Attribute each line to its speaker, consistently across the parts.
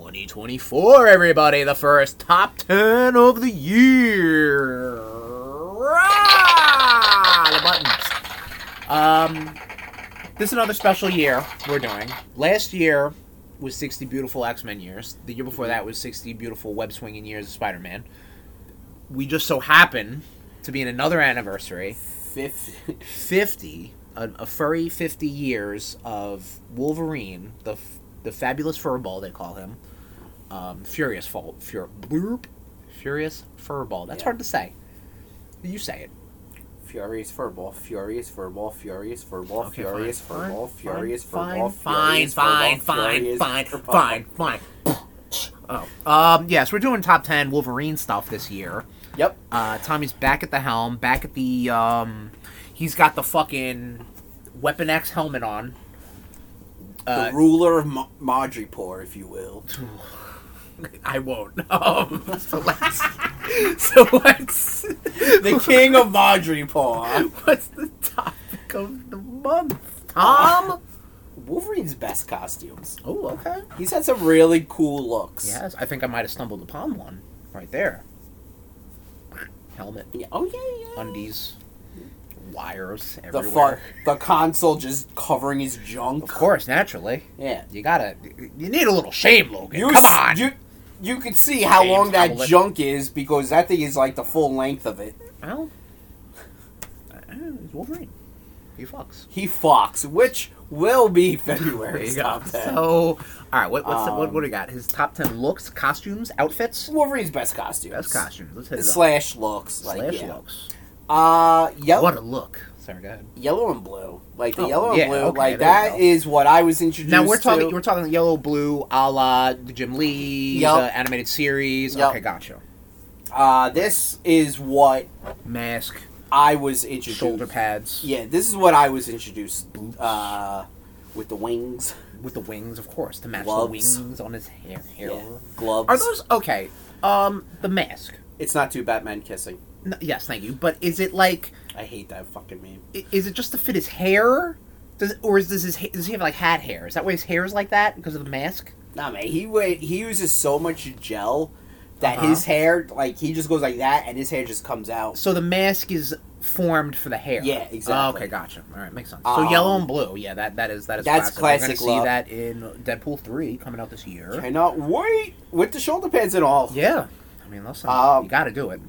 Speaker 1: 2024, everybody. The first top 10 of the year. Rah! The buttons. Um, this is another special year we're doing. Last year was 60 beautiful X Men years. The year before that was 60 beautiful web swinging years of Spider Man. We just so happen to be in another anniversary
Speaker 2: Fifth.
Speaker 1: 50 a, a furry 50 years of wolverine the f- the fabulous furball they call him um, furious fall fur bloop, furious furball that's
Speaker 2: Yeah.
Speaker 1: hard to say you say it
Speaker 2: Furious furball, furious furball, furious furball,
Speaker 1: Okay,
Speaker 2: furious
Speaker 1: fine,
Speaker 2: furball,
Speaker 1: fine,
Speaker 2: furious
Speaker 1: fine,
Speaker 2: furball,
Speaker 1: fine
Speaker 2: furious
Speaker 1: fine
Speaker 2: furball,
Speaker 1: fine
Speaker 2: furious
Speaker 1: fine
Speaker 2: furball.
Speaker 1: fine fine oh um yes we're doing top 10 wolverine stuff this year
Speaker 2: Yep.
Speaker 1: Uh, Tommy's back at the helm, back at the um, he's got the fucking Weapon X helmet on. Uh,
Speaker 2: the ruler of Ma- Madripoor, if you will.
Speaker 1: I won't. Um, so let's. so let's.
Speaker 2: the king of Madripoor.
Speaker 1: What's the topic of the month, Tom?
Speaker 2: Wolverine's best costumes.
Speaker 1: Oh, okay.
Speaker 2: He's had some really cool looks.
Speaker 1: Yes, I think I might have stumbled upon one right there. Helmet,
Speaker 2: Yeah, Oh yeah, yeah.
Speaker 1: undies, wires
Speaker 2: the
Speaker 1: everywhere.
Speaker 2: fuck, the console just covering his junk.
Speaker 1: Of course, naturally.
Speaker 2: Yeah.
Speaker 1: You gotta. You need a little shame, Logan.
Speaker 2: You
Speaker 1: Come
Speaker 2: s-
Speaker 1: on.
Speaker 2: You, you can see how
Speaker 1: James
Speaker 2: long that
Speaker 1: Howlett.
Speaker 2: junk is because that thing is like the full length of it.
Speaker 1: Well, uh, it's Wolverine. He fucks.
Speaker 2: He fucks, which will be February's top ten.
Speaker 1: So, all right, what, what's the, what,
Speaker 2: Um,
Speaker 1: what do we got? His top ten looks, costumes, outfits.
Speaker 2: Wolverine's best costumes.
Speaker 1: Best costumes. Let's hit it up.
Speaker 2: Slash looks. Like,
Speaker 1: Slash
Speaker 2: yeah.
Speaker 1: looks.
Speaker 2: Uh, yellow,
Speaker 1: What a look. Sorry, go ahead.
Speaker 2: yellow and blue. Like the
Speaker 1: Oh,
Speaker 2: yellow and
Speaker 1: yeah,
Speaker 2: blue.
Speaker 1: okay,
Speaker 2: like
Speaker 1: there you
Speaker 2: that
Speaker 1: go.
Speaker 2: is what I was introduced.
Speaker 1: Now we're talking.
Speaker 2: To.
Speaker 1: We're talking yellow, blue, a la the Jim Lee,
Speaker 2: Yup.
Speaker 1: the animated series.
Speaker 2: Yup.
Speaker 1: Okay, gotcha.
Speaker 2: uh, this is what
Speaker 1: Mask,
Speaker 2: I was introduced.
Speaker 1: shoulder pads
Speaker 2: Yeah, this is what I was introduced.
Speaker 1: Boots.
Speaker 2: Uh, with the wings,
Speaker 1: with the wings, of course, to match
Speaker 2: Gloves.
Speaker 1: the wings on his hair. hair.
Speaker 2: yeah, gloves.
Speaker 1: Are those okay? Um, the mask.
Speaker 2: It's not too Batman kissing.
Speaker 1: N- yes, thank you. But is it like?
Speaker 2: I hate that fucking meme.
Speaker 1: i- is it just to fit his hair? Does or is this his ha- does he have like hat hair? Is that why his hair is like that because of the mask?
Speaker 2: Nah, man, he wa he uses so much gel that
Speaker 1: Uh-huh.
Speaker 2: his hair, like, he just goes like that, and his hair just comes out.
Speaker 1: So the mask is formed for the hair. Oh,
Speaker 2: Yeah, exactly.
Speaker 1: okay, gotcha. All right, makes sense. so
Speaker 2: Um,
Speaker 1: yellow and blue. Yeah, that that is that is
Speaker 2: that's
Speaker 1: We're
Speaker 2: classic
Speaker 1: gonna see
Speaker 2: look.
Speaker 1: that in Deadpool three coming out this year.
Speaker 2: Cannot wait with the shoulder pads and all.
Speaker 1: Yeah, I mean, listen,
Speaker 2: Um,
Speaker 1: you got to do it.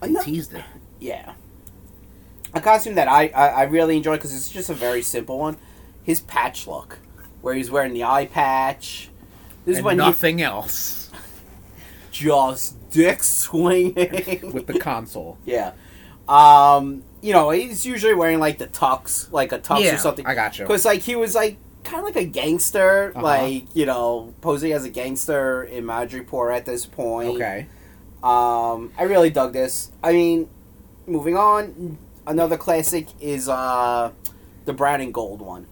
Speaker 1: They
Speaker 2: Ano-
Speaker 1: teased it.
Speaker 2: yeah. A costume that I I, I really enjoy because it's just a very simple one. His patch look, where he's wearing the eye patch. This is
Speaker 1: and
Speaker 2: when
Speaker 1: nothing else
Speaker 2: he just dick swinging
Speaker 1: with the console.
Speaker 2: yeah. Um, you know, he's usually wearing like the tux, like a tux
Speaker 1: yeah,
Speaker 2: or something.
Speaker 1: I got you.
Speaker 2: Because like he was like kind of like a gangster,
Speaker 1: Uh-huh.
Speaker 2: like you know, posing as a gangster in Madripoor at this point.
Speaker 1: Okay.
Speaker 2: Um, I really dug this. I mean, moving on, another classic is uh, the brown and gold one.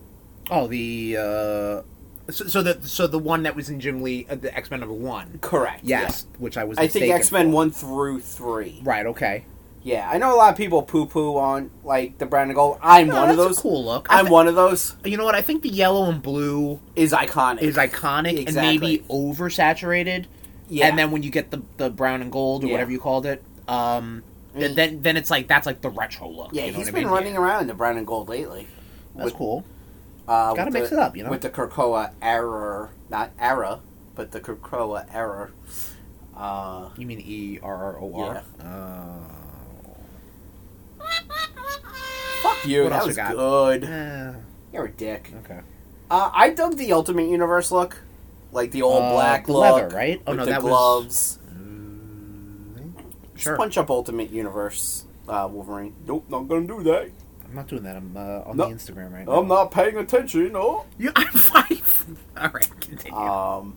Speaker 1: Oh, the uh, so, so the so the one that was in Jim Lee, uh, the X Men number one.
Speaker 2: Correct.
Speaker 1: Yes, which I was.
Speaker 2: yeah. I think
Speaker 1: mistaken
Speaker 2: X Men
Speaker 1: for.
Speaker 2: one through three.
Speaker 1: Right. Okay.
Speaker 2: Yeah, I know a lot of people poo poo on like the brown and gold. I'm
Speaker 1: No,
Speaker 2: one of
Speaker 1: that's a
Speaker 2: those.
Speaker 1: cool look. I
Speaker 2: I'm
Speaker 1: thi-
Speaker 2: one of those.
Speaker 1: You know what? I think the yellow and blue
Speaker 2: Is iconic.
Speaker 1: is iconic and maybe
Speaker 2: Exactly.
Speaker 1: oversaturated.
Speaker 2: yeah.
Speaker 1: And then when you get the the brown and gold or
Speaker 2: Yeah. Mm.
Speaker 1: whatever you called it, um, th- then then it's like that's like the retro look.
Speaker 2: Yeah,
Speaker 1: you know
Speaker 2: he's
Speaker 1: what
Speaker 2: been
Speaker 1: I mean?
Speaker 2: running around in the brown and gold lately.
Speaker 1: That's
Speaker 2: with,
Speaker 1: cool.
Speaker 2: uh,
Speaker 1: Gotta
Speaker 2: with
Speaker 1: mix
Speaker 2: the,
Speaker 1: it up, you know?
Speaker 2: With the Krakoa error, not era, but the Krakoa error. Uh,
Speaker 1: You mean E R R O R? Oh.
Speaker 2: fuck you.
Speaker 1: What
Speaker 2: that
Speaker 1: else
Speaker 2: was
Speaker 1: you got?
Speaker 2: good.
Speaker 1: Uh,
Speaker 2: You're a dick.
Speaker 1: Okay.
Speaker 2: Uh, I dug the Ultimate Universe look, like the all
Speaker 1: Uh,
Speaker 2: black
Speaker 1: the
Speaker 2: look,
Speaker 1: leather, right? Oh
Speaker 2: with
Speaker 1: no,
Speaker 2: the
Speaker 1: that was.
Speaker 2: gloves.
Speaker 1: Mm,
Speaker 2: Just
Speaker 1: Sure.
Speaker 2: punch up Ultimate Universe. Uh, Wolverine. Nope, not gonna do that.
Speaker 1: I'm not doing that. I'm uh, on
Speaker 2: No,
Speaker 1: the Instagram right
Speaker 2: I'm
Speaker 1: now.
Speaker 2: not paying attention. No.
Speaker 1: You, I'm five. All right, continue.
Speaker 2: Um,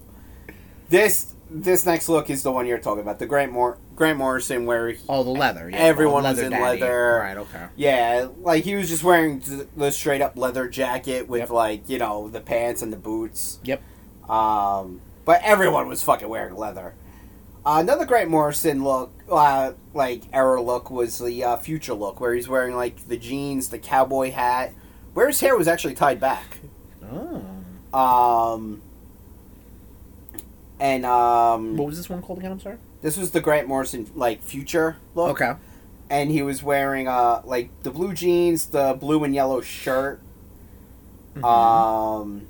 Speaker 2: this this next look is the one you're talking about, the Grant Mor- Grant Morrison, where he,
Speaker 1: oh, the leather. Yeah,
Speaker 2: everyone
Speaker 1: the
Speaker 2: was in
Speaker 1: daddy.
Speaker 2: leather.
Speaker 1: Right. Okay.
Speaker 2: yeah, like he was just wearing th- the straight up leather jacket with
Speaker 1: Yep.
Speaker 2: like you know the pants and the boots.
Speaker 1: Yep.
Speaker 2: Um, but everyone was fucking wearing leather. Uh, another Grant Morrison look, uh, like era look, was the uh, future look, where he's wearing like the jeans, the cowboy hat, where his hair was actually tied back.
Speaker 1: Oh.
Speaker 2: Um, and um,
Speaker 1: What was this one called again? I'm sorry.
Speaker 2: this was the Grant Morrison like future look.
Speaker 1: Okay.
Speaker 2: and he was wearing uh like the blue jeans, the blue and yellow shirt.
Speaker 1: Mhm.
Speaker 2: Um,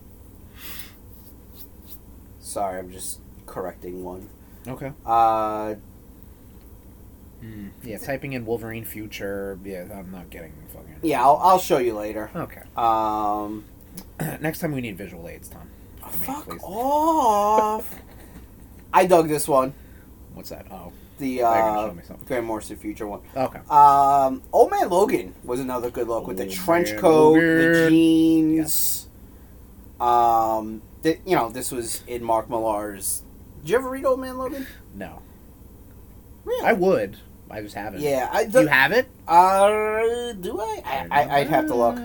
Speaker 2: sorry, I'm just correcting one.
Speaker 1: Mm-hmm. okay.
Speaker 2: Uh,
Speaker 1: Mm. Yeah, typing in Wolverine future. Yeah, I'm not getting fucking.
Speaker 2: yeah, I'll, I'll show you later.
Speaker 1: Okay.
Speaker 2: Um,
Speaker 1: Next time we need visual aids, Tom. For me,
Speaker 2: fuck
Speaker 1: Oh, please.
Speaker 2: off. I dug this one.
Speaker 1: What's that? Oh,
Speaker 2: The
Speaker 1: they're gonna
Speaker 2: uh,
Speaker 1: show me something.
Speaker 2: Grant Morrison future one.
Speaker 1: Okay.
Speaker 2: Um, Old Man Logan was another good look with the
Speaker 1: Old
Speaker 2: trench
Speaker 1: Man
Speaker 2: coat, the
Speaker 1: Logan.
Speaker 2: jeans.
Speaker 1: Yes.
Speaker 2: Um, th- you know, this was in Mark Millar's. Did you ever read Old Man Logan?
Speaker 1: No,
Speaker 2: Really?
Speaker 1: I would. I just haven't.
Speaker 2: yeah, I
Speaker 1: Do
Speaker 2: do.
Speaker 1: you have it?
Speaker 2: uh, do I? I, I I'd have to look.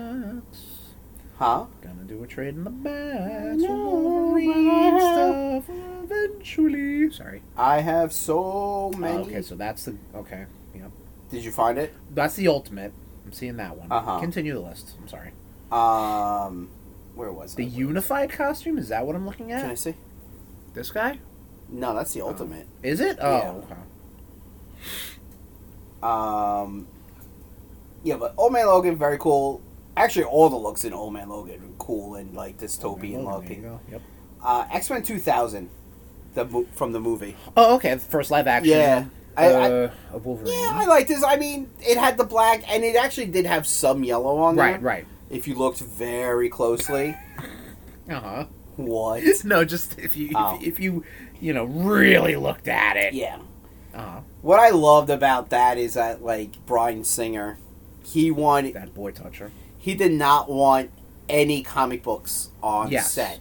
Speaker 2: Huh?
Speaker 1: Gonna do a trade in the back.
Speaker 2: know,
Speaker 1: Wolverine
Speaker 2: but-
Speaker 1: stuff eventually. Sorry.
Speaker 2: I have so many.
Speaker 1: Oh, okay, so that's the okay.
Speaker 2: Did you find it?
Speaker 1: That's the ultimate. I'm seeing that one.
Speaker 2: Uh-huh.
Speaker 1: Continue the list. I'm sorry.
Speaker 2: Um, where was
Speaker 1: The
Speaker 2: I?
Speaker 1: unified costume is that what I'm looking
Speaker 2: Can
Speaker 1: at?
Speaker 2: I see?
Speaker 1: This guy?
Speaker 2: No, that's
Speaker 1: Uh-huh.
Speaker 2: the ultimate.
Speaker 1: Is it?
Speaker 2: Yeah.
Speaker 1: Oh, okay.
Speaker 2: Um, yeah, but Old Man Logan very cool. Actually, all the looks in Old Man Logan are cool and like
Speaker 1: Logan, there you
Speaker 2: dystopian looking.
Speaker 1: go. Yep.
Speaker 2: Uh, X Men Two Thousand, the mo- from the movie.
Speaker 1: Oh, okay. The first live action.
Speaker 2: Yeah, I, I,
Speaker 1: uh, of Wolverine.
Speaker 2: yeah, I like this. I mean, it had the black, and it actually did have some yellow on there.
Speaker 1: right, right.
Speaker 2: If you looked very closely,
Speaker 1: Uh huh.
Speaker 2: what?
Speaker 1: No, just if you if,
Speaker 2: Oh.
Speaker 1: if you you know really looked at it.
Speaker 2: Yeah.
Speaker 1: Uh huh.
Speaker 2: What I loved about that is that like Brian Singer, he wanted
Speaker 1: That boy toucher.
Speaker 2: he did not want any comic books on
Speaker 1: Yes.
Speaker 2: set.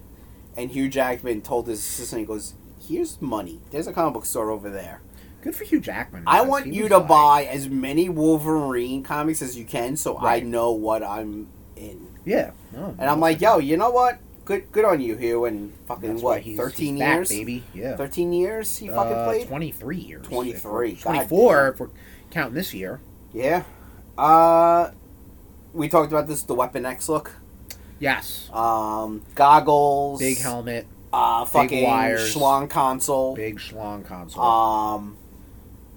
Speaker 2: And Hugh Jackman told his assistant, he goes, Here's money. There's a comic book store over there.
Speaker 1: Good for Hugh Jackman.
Speaker 2: I
Speaker 1: because
Speaker 2: want
Speaker 1: he
Speaker 2: you
Speaker 1: was
Speaker 2: to
Speaker 1: like-
Speaker 2: buy as many Wolverine comics as you can so
Speaker 1: Right.
Speaker 2: I know what I'm in.
Speaker 1: Yeah. No,
Speaker 2: And I'm like, yo, you know what? Good good on you, Hugh, and fucking
Speaker 1: That's why
Speaker 2: what,
Speaker 1: he's-
Speaker 2: thirteen
Speaker 1: he's back,
Speaker 2: years?
Speaker 1: baby. Yeah.
Speaker 2: Thirteen years he fucking
Speaker 1: Uh,
Speaker 2: played?
Speaker 1: 23 years.
Speaker 2: 23,
Speaker 1: If we're- 24
Speaker 2: goddamn.
Speaker 1: if we're counting this year.
Speaker 2: Yeah. Uh we talked about this, the Weapon X look.
Speaker 1: Yes.
Speaker 2: Um goggles.
Speaker 1: Big helmet,
Speaker 2: uh, fucking
Speaker 1: wires.
Speaker 2: schlong console.
Speaker 1: big schlong console,
Speaker 2: Um,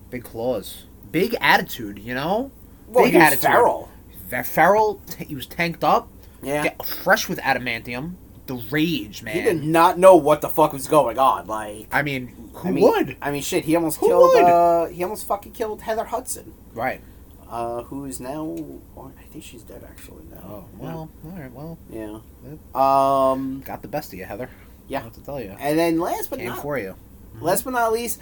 Speaker 1: big claws, big attitude, you know?
Speaker 2: well,
Speaker 1: Big
Speaker 2: he was
Speaker 1: attitude.
Speaker 2: feral.
Speaker 1: Fer- Feral, t- he was tanked up,
Speaker 2: Yeah,
Speaker 1: get- fresh with adamantium. The rage, man.
Speaker 2: he did not know what the fuck was going on. Like,
Speaker 1: I mean, who
Speaker 2: I mean,
Speaker 1: would?
Speaker 2: I mean, shit. He almost
Speaker 1: Who
Speaker 2: killed.
Speaker 1: would?
Speaker 2: Uh, he almost fucking killed Heather Hudson,
Speaker 1: Right.
Speaker 2: uh, who is now. Or I think she's dead actually now.
Speaker 1: Oh, well, all right, well,
Speaker 2: Yeah. Um.
Speaker 1: got the best of you, Heather.
Speaker 2: Yeah.
Speaker 1: I have to tell you.
Speaker 2: And then last but
Speaker 1: Came
Speaker 2: not
Speaker 1: for you.
Speaker 2: last but not least,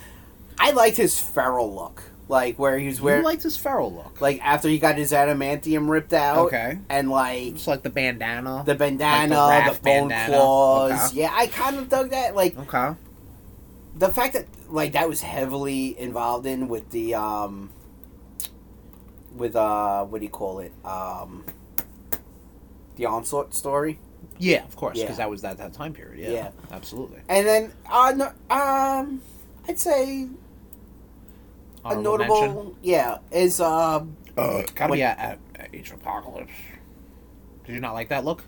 Speaker 2: I liked his feral look, like where he was
Speaker 1: Where,
Speaker 2: wearing,
Speaker 1: you
Speaker 2: like,
Speaker 1: liked his feral look.
Speaker 2: after he got his adamantium ripped out,
Speaker 1: okay.
Speaker 2: and like
Speaker 1: It's like the bandana.
Speaker 2: the bandana,
Speaker 1: Like the
Speaker 2: the,
Speaker 1: Raph
Speaker 2: bone
Speaker 1: bandana.
Speaker 2: claws.
Speaker 1: Okay.
Speaker 2: Yeah, I kind of dug that. Like
Speaker 1: okay.
Speaker 2: the fact that like that was heavily involved in with the um with uh what do you call it um the onslaught story
Speaker 1: Yeah, of course,
Speaker 2: Yeah.
Speaker 1: because that was that, that time period. Yeah,
Speaker 2: Yeah.
Speaker 1: absolutely.
Speaker 2: and then uh no, um i'd say a
Speaker 1: Honorable
Speaker 2: notable
Speaker 1: mention.
Speaker 2: yeah is um
Speaker 1: Uh, gotta
Speaker 2: Wait.
Speaker 1: be at, at, at Age of Apocalypse. Did you not like that look?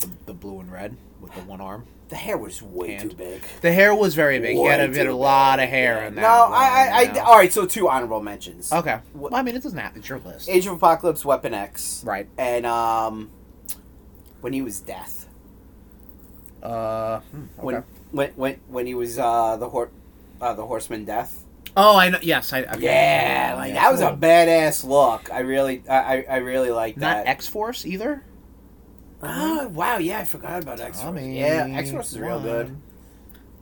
Speaker 1: The, the blue and red with the one arm.
Speaker 2: the hair was way
Speaker 1: Hand.
Speaker 2: too big
Speaker 1: The hair was very big. he had a
Speaker 2: Way
Speaker 1: bit,
Speaker 2: too
Speaker 1: a lot of
Speaker 2: big.
Speaker 1: hair
Speaker 2: Yeah.
Speaker 1: in that.
Speaker 2: no i i, I all right so two honorable mentions
Speaker 1: okay.
Speaker 2: What-
Speaker 1: Well, I mean, it doesn't have It's your list,
Speaker 2: age of apocalypse weapon x
Speaker 1: right?
Speaker 2: and um when he was death
Speaker 1: Uh, hmm, okay.
Speaker 2: when when when when he was uh the hor- uh, the horseman death.
Speaker 1: oh, I know. Yes, I. okay.
Speaker 2: Yeah, like that was a
Speaker 1: cool.
Speaker 2: badass look. I really I I, I really like
Speaker 1: Not
Speaker 2: that.
Speaker 1: X Force either.
Speaker 2: Oh, wow, yeah, I forgot about X Force.
Speaker 1: Tommy,
Speaker 2: Yeah, X Force is real good.
Speaker 1: one.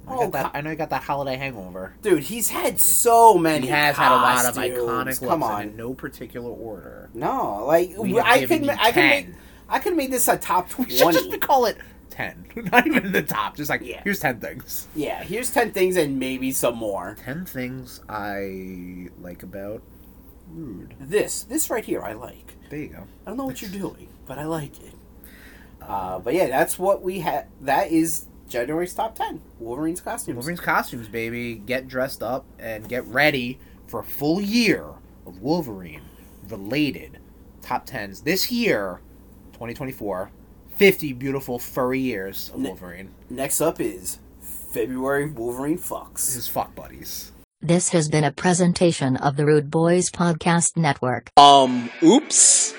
Speaker 1: I,
Speaker 2: Oh,
Speaker 1: got that,
Speaker 2: co-
Speaker 1: I know you got that holiday hangover.
Speaker 2: Dude, he's had so many.
Speaker 1: He has had a lot of iconic
Speaker 2: costumes.
Speaker 1: looks
Speaker 2: Come
Speaker 1: and in
Speaker 2: on,
Speaker 1: no particular order.
Speaker 2: no, like
Speaker 1: We
Speaker 2: w-
Speaker 1: have
Speaker 2: I
Speaker 1: given
Speaker 2: could
Speaker 1: you
Speaker 2: ma- I could
Speaker 1: 10.
Speaker 2: make I could make this a top
Speaker 1: We should
Speaker 2: twenty.
Speaker 1: just call it 10. Not even the top. Just like,
Speaker 2: Yeah.
Speaker 1: here's 10 things.
Speaker 2: yeah, here's ten things and maybe some more.
Speaker 1: 10 things I like about Rude.
Speaker 2: This this right here I like.
Speaker 1: There you go.
Speaker 2: I don't know what you're doing, but I like it. Uh, but yeah, that's what we had. That is January's top ten Wolverine's costumes.
Speaker 1: Wolverine's costumes, baby. Get dressed up and get ready for a full year of Wolverine related top 10s. This year, 2024, 50 beautiful furry years of
Speaker 2: Ne-
Speaker 1: Wolverine.
Speaker 2: Next up is February Wolverine fucks.
Speaker 1: His fuck buddies.
Speaker 3: This has been a presentation of the Rude Boys Podcast Network.
Speaker 4: Um, oops.